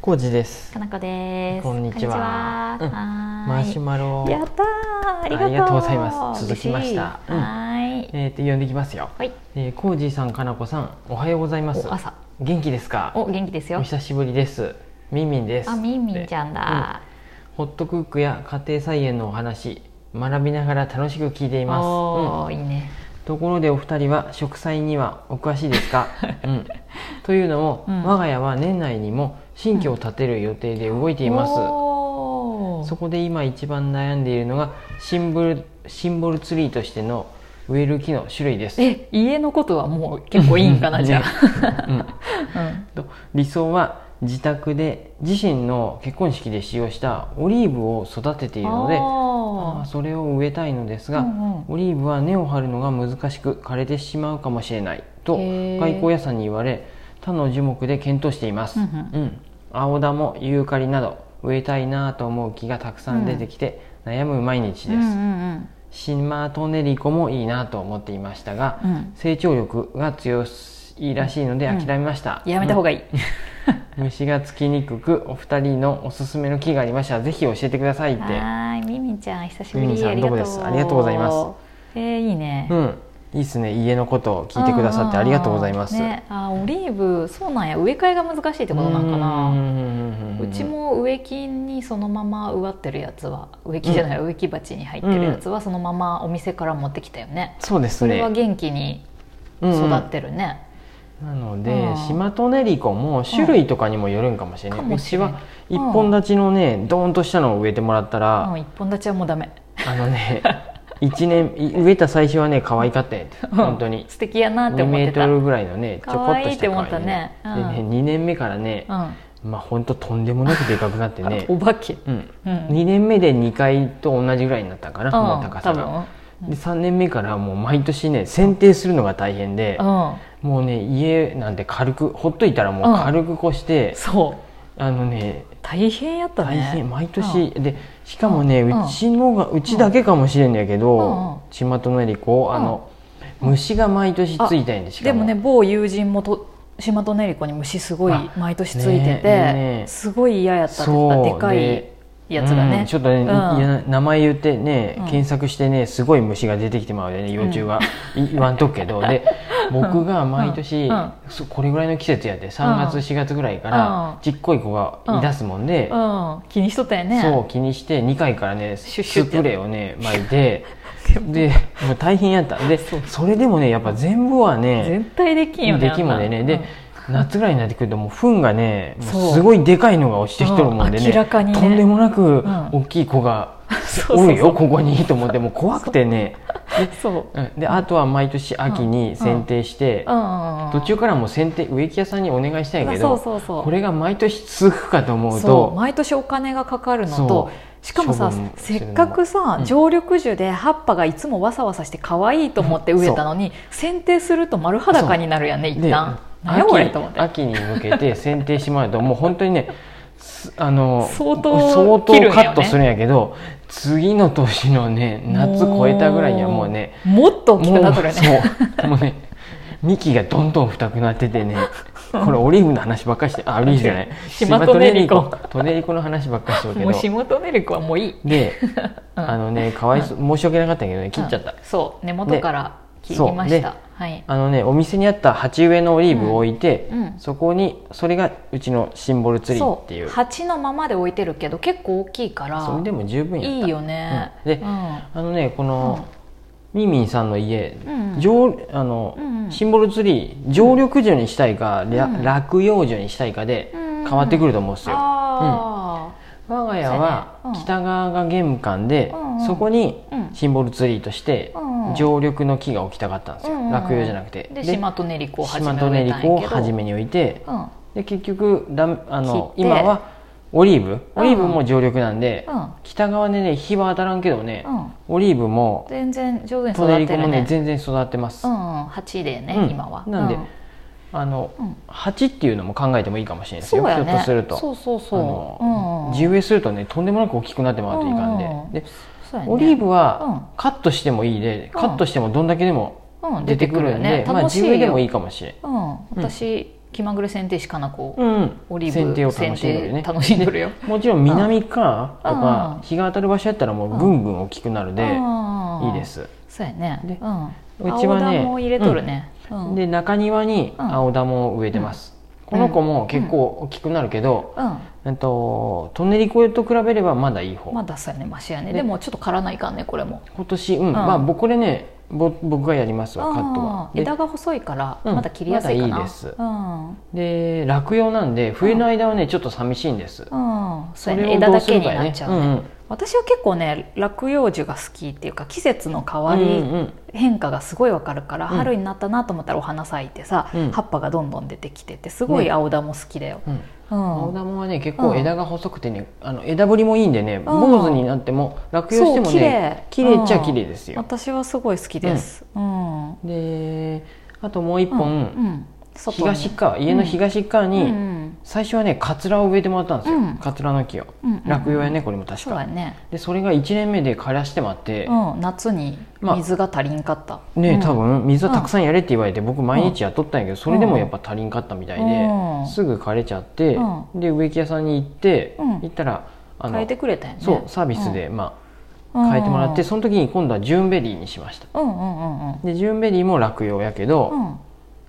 コージですか。なこです。こんにちはこんうにちはんはマーいシュマロ。やったー。ありがとう。ありがとうございます続きました嬉いうんはーい。えーと呼んできますよ。はい。えー、コージさん、かなこさん、おはようございますお。朝。元気ですか。お元気ですおよ。久しぶりです。みんみんです。あみんみんちゃんだ。でホットクックや家庭菜園のお話、学びながら楽しく聞いています。おーいいね。うんところでお二人は植栽にはお詳しいです か、うん、というのも、うん我が家は年内にも新居を建てる予定で動いています、おーそこで今一番悩んでいるのがシンボルシンボルツリーとしての植える木の種類です。え家のことはもう結構いいんかなじゃうんあ。うん。と理想は自宅で自身の結婚式で使用したオリーブを育てているのであーあそれを植えたいのですーが、うんうんオリーブは根を張るのが難しく枯れてしまうかもしれないとへー外交屋さんに言われ他の樹木で検討しています、ううんん青玉ユーカリなど植えたいなと思う木がたくさん出てきて、悩む毎日うです、んうんシマトネリコもいいなと思っていましたが、うんうん。成長力が強いらしいので諦めました、やめた方がいい。うん 虫がつきにくくお二人のおすすめの木がありましたらぜひ教えてくださいってはーいみんみんちゃん久しぶりみんみんさんありがとどううもですありがとうございます。えーいいね。うんいいですね家のことを聞いてくださってありがとうございます、ね、あーオリーブそうなんや植え替えが難しいってことなんかうなんうちも植木にそのまま植わってるやつは植木じゃない、植木鉢に入ってるやつはそのままお店から持ってきたよね、そうですそねれは元気にうんうん育ってるね、なのうでんシマトネリコも種類とかにもよるんかもしれない、ううんかもしちれないは一本立ちのねドーンとしたのを植えてもらったら、うん一本立ちはもうダメあのね一年い植えた最初はね可愛かったんやて本当に 素敵やなって2思っメてートたルぐらいのねちょこっとした可愛いって思ったね可愛いねうでね2年目からね、まあ本当とんでもなくでかくなってうん、ねお化け、うん、うん2年目で2階と同じぐらいになったかな、このうん高さが多で3年目からもう毎年ね剪定するのが大変で、分、うん、もうね家なんて軽くほっといたらもう軽く越して、そうあのね大変やった大ね変毎年、でしかもね、ううんちのがうちだけかもしれんやけうんど、ちまとのりこあの、虫が毎年ついたんでしかでもね某友人もと島とねりこに虫すごいあ毎年ついてて、ねえねえすごい嫌やったって言そってたうでかいでやつがうねん、ちょっとね、うんいや名前言ってね、うん検索してねすごい虫が出てきてまうでね幼虫が、い言わんとくけ どで僕が毎年、うんうんそこれぐらいの季節やって3月、4月ぐらいかうんらちっこい子が言い出すもんで、うん、気にしとったよねそう気にして2回からねシュッシュッスてプレーをね巻い てでもでもう大変やったでそれでもねやっぱ全部はね 絶対できんよねできんもんでねで、夏ぐらいになってくるともう糞がねもうそうすごいでかいのが落ちてきとるもんでうん明らねかにねとんでもなくん大きい子が そうおそうるよここにと思ってもう怖くてねそううんうんであとは毎年秋に剪定してうんうん途中からもう剪定植木屋さんにお願いしたいまあけそうどそうそうこれが毎年続くかと思うそうと毎年お金がかかるのそとしかもさ処分すせるっかくさ、うん常緑樹で葉っぱがいつもわさわさして可愛いと思って植えたのに剪定すると丸裸になるやんね一で旦何やこれと思って秋秋に向けて剪定してもらうともう本当にねすあの相当相当切るんやよねカットするんやけど次の年のね夏超えたぐらいにはもうねもっと大きもくうなっとるよねそうもうね幹がどんどん太くなっててねこれオリーブの話ばっかりしてあオリーブじゃないシマトネリコシマトネリコの話ばっかりしてるけもうど下トネリコはもういい であのねかわいそう申し訳なかったけどね切っちゃった、うんそう根元から切りまそうしでたはいあのねお店にあった鉢植えのオリーブを置いて、うんうんそこにそれがうちのシンボルツリーっていうそう鉢のままで置いてるけど結構大きいかそられでも十分やったいいよねうんでうんあのねこの、ミンミンさんの家、うんうん上あのうんうんシンボルツリー常緑樹にしたいか、らうん落葉樹にしたいかでうんうん変わってくると思うんですよ、あ我が家はそうやねうん北側が玄関で、うんうんそこにうんシンボルツリーとしてうんうん常緑の木が置きたかったんですよ、うんうん落葉じゃなくてあでシマトネリコをシ始マめトネリコを初めめに置いてうんで結局だあの切って今はオリーブオリーブも常緑なんで、うん北側でね日は当たらんけどね、うんオリーブも全然上手にトネ育リっコてもるねね全然育ってます、うんうん鉢でねうん今はなんで、うんあの、うん鉢っていうのも考えてもいいかもしれないですそよ、うやひょっとねするとそうそうそあううんうのん地植えするとねとんでもなく大きくなってもらうといかんで,、うんうんでそうやねオリーブうんはカットしてもいいで、うんカットしてもどんだけでもうん出てくるんで、出てくるよねまあ楽しい地よ植えでもいいかもしれんうん、私、気まぐれ剪定師かなこ、うんうん、オリー剪ブ定を楽しんでるね剪定楽しんでるよ もちろん南側とうんうんか日が当たる場所やったらもうぐんぐん大きくなるであーいいですそうやねでうん、うちはね青玉を入れとるね、うんで中庭にうん青玉を植えてますこの子も結構大きくなるけどうんえっとトンネリコエと比べればまだいい方まだそうやねマシやねででもちょっと刈らないかんねこれも今年うんまあ僕これねぼ僕がやりますわカットはあーで枝が細いからうんまだ切りやすいかな、まだいいですうんで落葉なんで冬の間はねちょっと寂しいんですうん、そそうやれねを枝どうだすけるにかやなっねちゃううね、ん私は結構ね落葉樹が好きっていうか季節の変わうんり、うんうん変化がすごいわかるから、うん春になったなと思ったらお花咲いてさ、うん葉っぱがどんどん出てきててすごいね青田も好きだよ、うんうん青玉はね結う構ん枝が細くてね、あの枝ぶりもいいんでね坊主になっても落葉してもねそう綺綺麗麗っちゃ綺麗ですよ、私はすごい好きです、うんであともう一うんう本、ん外に東側家の東側に、うん最初はねカツラを植えてもらったんですよ、うんカツラの木をうんうん落葉やねこれも確そうか、だね、でそれが1年目で枯らしてもらって、うん、夏に水が足りんかった、ねうん多分水はたくさんやれって言われて僕毎日やっとったんやけどそれでもやっぱ足りんかったみたいで、うんすぐ枯れちゃって、うで植木屋さんに行って、うん行ったらあ変えてくれたよねそうサービスで、まあうん変えてもらってその時に今度はジューンベリーにしましたうんうんうんうんでジューンベリーも落葉やけど、うん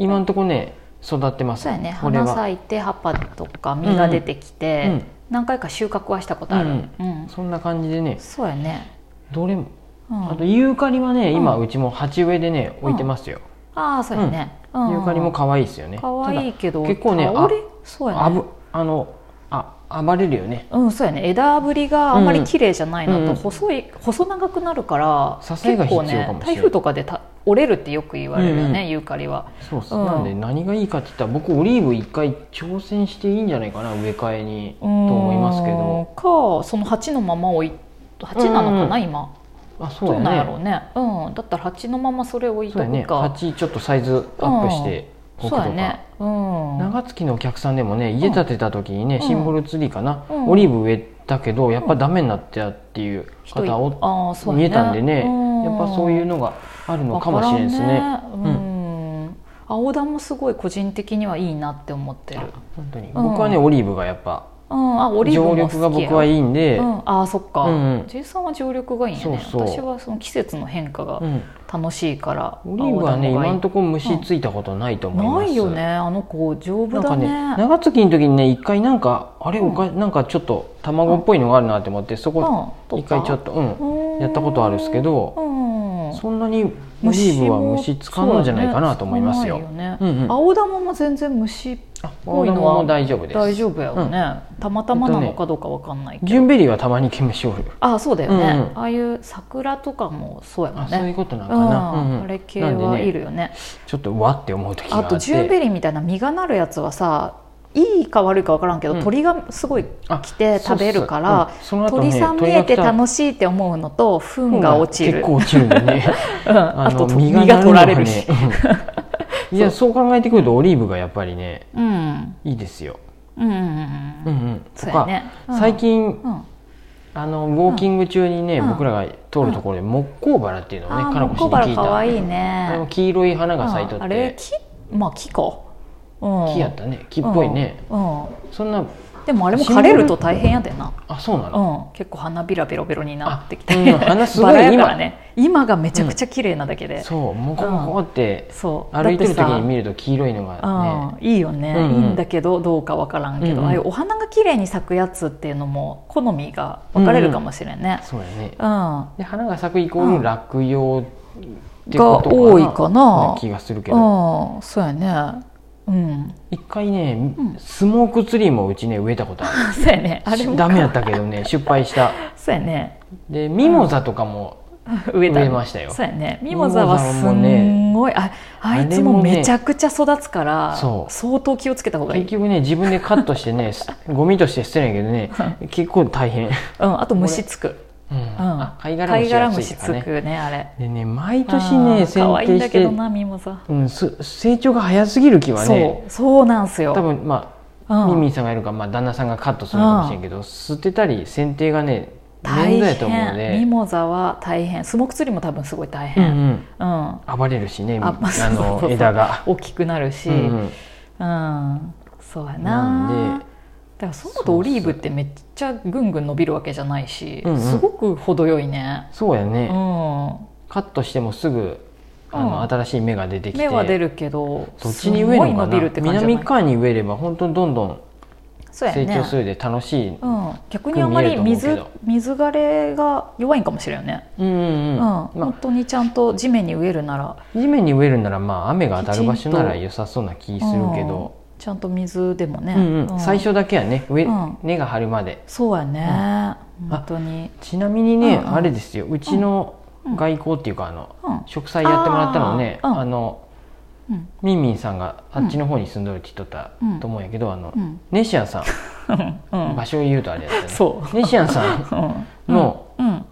今のとこね育ってますそうやねこれ花は咲いて葉っぱとか実が出てきて、うんうん何回か収穫はしたことある、ううんんそんな感じでねそうやね、どれもうん、あとユーカリはね今うんうちも鉢植えでね置いてますよ、ああそうやね、うんユーカリも可愛いですよね可愛いけどただ結構ね倒れそうやあねぶあのあ暴れるよねうんそうやね枝ぶりがあんまり綺麗じゃないなと、うんうん細い細長くなるから支えが必要かもしれない結構ね台風とかでた折れるってよく言われるよね、うんユーカリはそうっす、うんなんで何がいいかって言ったら僕オリーブ一回挑戦していいんじゃないかな植え替えにとと思いますけどかその鉢のまま置い鉢なのかな、うん今あそうどうなんややろうねねうんだったら鉢のままそれ置いそうとやねくか鉢ちょっとサイズアップしておくとそうか、やねうん長月のお客さんでもね家建てた時にね、うんシンボルツリーかな、うんオリーブ植えたけどやっぱダメになってたっていう人い方おあーそうや見えたんでね、うんやっぱそういうのがあるのかもしれないですね。わからんねうん青田もすごい個人的にはいいなって思ってる本当にうん僕はね、オリーブがやっぱうんあオリーブ常も好き緑が僕はいいいんで、うん、あーそっか、うんうんジェイさんは常緑がいいんやねそうそう私はその季節の変化がうん楽しいから、オリーブはね青玉がいい今のところ虫ついたことないと思います、ないよねあの子丈な夫んかだねね長月の時にね一回なんかあれおか、なんかちょっと卵っぽいのがあるなって思ってそこうん一回ちょっとうん、うんやったことあるんですけどうんそんなにオリーブは虫つかないんじゃないかなと思いますよそうだねつかうなんいよねうん青玉も全然虫っぽ青い玉のはも大丈夫です大丈夫やよね、たまたまなのかどうかわかんないけど、ジュンベリーはたまに毛虫おるああそうだよね、うんうんああいう桜とかもそうやもあ、んそういうねことなのうかな、うんうんん、あれ系なんはでいねるよねちょっとうわって思う時がああってとジュンベリーみたいな実がなるやつはさいいか悪いかわからんけど、うん鳥がすごい来て食べるから、そうそううんその後鳥ねさん見え鳥が来てた楽しいって思うのと糞が落ち結る、う構ん落ちるんでね あのとと実実がが取られるなし、のがねうんいやそう考えてくるとオリーブがやっぱりねうんいいですよ、うんうんうんううんんうん、そうとかやねうん最近うんあのウォーキング中にね、うん僕らが通るところで木工バラっていうのをね、あかーなこモッ氏コに聞バラいた可愛いあのね黄色い花が咲いとうんって、あれ木まあ木か、うん、木やったね木っぽいね、うんうんそんなでもあれも枯れると大変やでな、あそうなの、うん、結構花びらベロベロになってきて、あうん花すごいバラやからね今がめちゃくちゃ綺麗なだけで、そうモコモコってそう歩いてる時だってにさ見ると黄色いのがねうん、いいよね、うんうんいいんだけどどうかわからんけど、うんうんああいうお花が綺麗に咲くやつっていうのも好みが分かれるかもしれんね、そうやねうんで花が咲くイコーうんル落葉ってがことかな多いかな気がするけどうんそうやねうん一回ね、スモークツリーもうちね植えたことあそうや ねあれるもダメやったけどね失敗したそうやねでミモザとかも、植えた植えましたよそうやねミモザはすミモザもねんごいああいつもあれもねめちゃくちゃ育つから、そう相当気をつけた方がいい結局ね自分でカットして ねすゴミとして捨てないけどね結構大変、うん、うん、あと虫つく、うん、あ貝殻貝虫殻やすい虫とつかねくねあれでね毎年ね可愛剪定いんだしけてどなミモザ、うん、す成長が早すぎる木はねそうそうなんすよ多分まうあんミンミンさんがいるか、まあ、旦那さんがカットするかもしれんけど捨てたり剪定がね大面倒やと思うの変ミで、モザは大変スモークツリーも多分すごい大うんう変、んうん暴れるしねあ あそうそうそのう枝が。大きくなるし、ううんんうんうんそうやななんでだからそう思うとオリーブってめっちゃぐんぐん伸びるわけじゃないし、うんうんすごく程よいね、そうやうね、ん、カットしてもすぐあの、うん新しい芽が出てきて芽は出るけどどっちに植えるのかすごい伸びるなって感じじゃない南側に植えれば本当にどんどんそうや成長すね、るで楽しい、うん、逆にあま見りえる水と思う水枯れが弱いんかもしれんよね、うんうんううんん本ま当にちゃんと地面に植えるならあ、地面に植えるならまあ雨が当たる場所なきらちんと良さそうな気するけど、うんちゃんと水でもね、うんうんうん最初だけはね植えうん根が張るまでそうやね、ん本当にちなみにね、うんうんあれですようちのうん外交っていうかあの、うん植栽やってもらったのねああ、ーうんのうんみんみんさんがあっちの方に住んどるって言っとったと思うんやけど、あの、うんネシアンさん、うん場所を言うとあれやったねそネシアンさんうんの、うん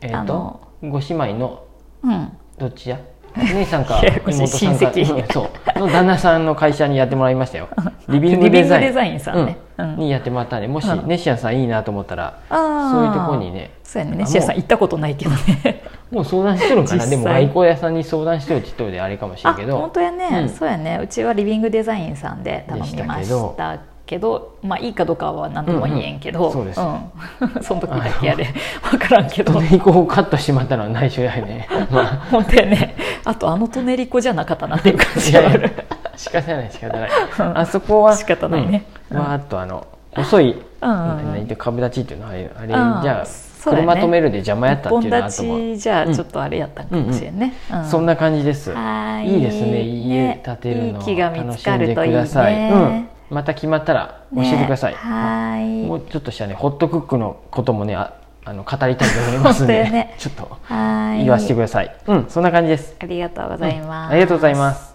えっ、あとのご姉妹のうんどっちや姉さんかいやごめん妹さんか親戚うんそうの旦那さんの会社にやってもらいました よリビリングビデングザインデザインさんね、ううんんにやってもらったんでもしうんネシアンさんいいなと思ったらあーそういうとこにねそうやねあ西谷さんも行ったことないけど ねうもう相談しとるんかな実際でも外交屋さんに相談しとるって言っとるであれかもしれあんけど本当やね、うんそうやねうちはリビングデザインさんで頼みまでししたけたけどまあいいかどうかは何とも言えんけど、うんうんうん その時だけやで分からんけどトネリコをカットしまったのは内緒や ねま本当やねあとあのトネリコじゃなかったなっていう感あいじがやあいやる仕方ない仕方ないうんあそこは仕方ないねうんわーっとあの細いうんうんうん何て株立ちっていうのはあれあれじうんゃあそうだね車止めるで邪魔やったっていう本のはあとも立ちじゃあちょっとあれやったんかもしれんね、うんそんな感じです。はいいですね。家建てるのいい気が見楽つしかんるでといくいださい。うんね、また決まったら教えてください。ねはいもうちょっとしたね、ホットクックのこともね、ああの語りたいと思いますん本当で、よねちょっとはい言わせてください。うん、そんな感じです。ありがとうございます、ありがとうございます。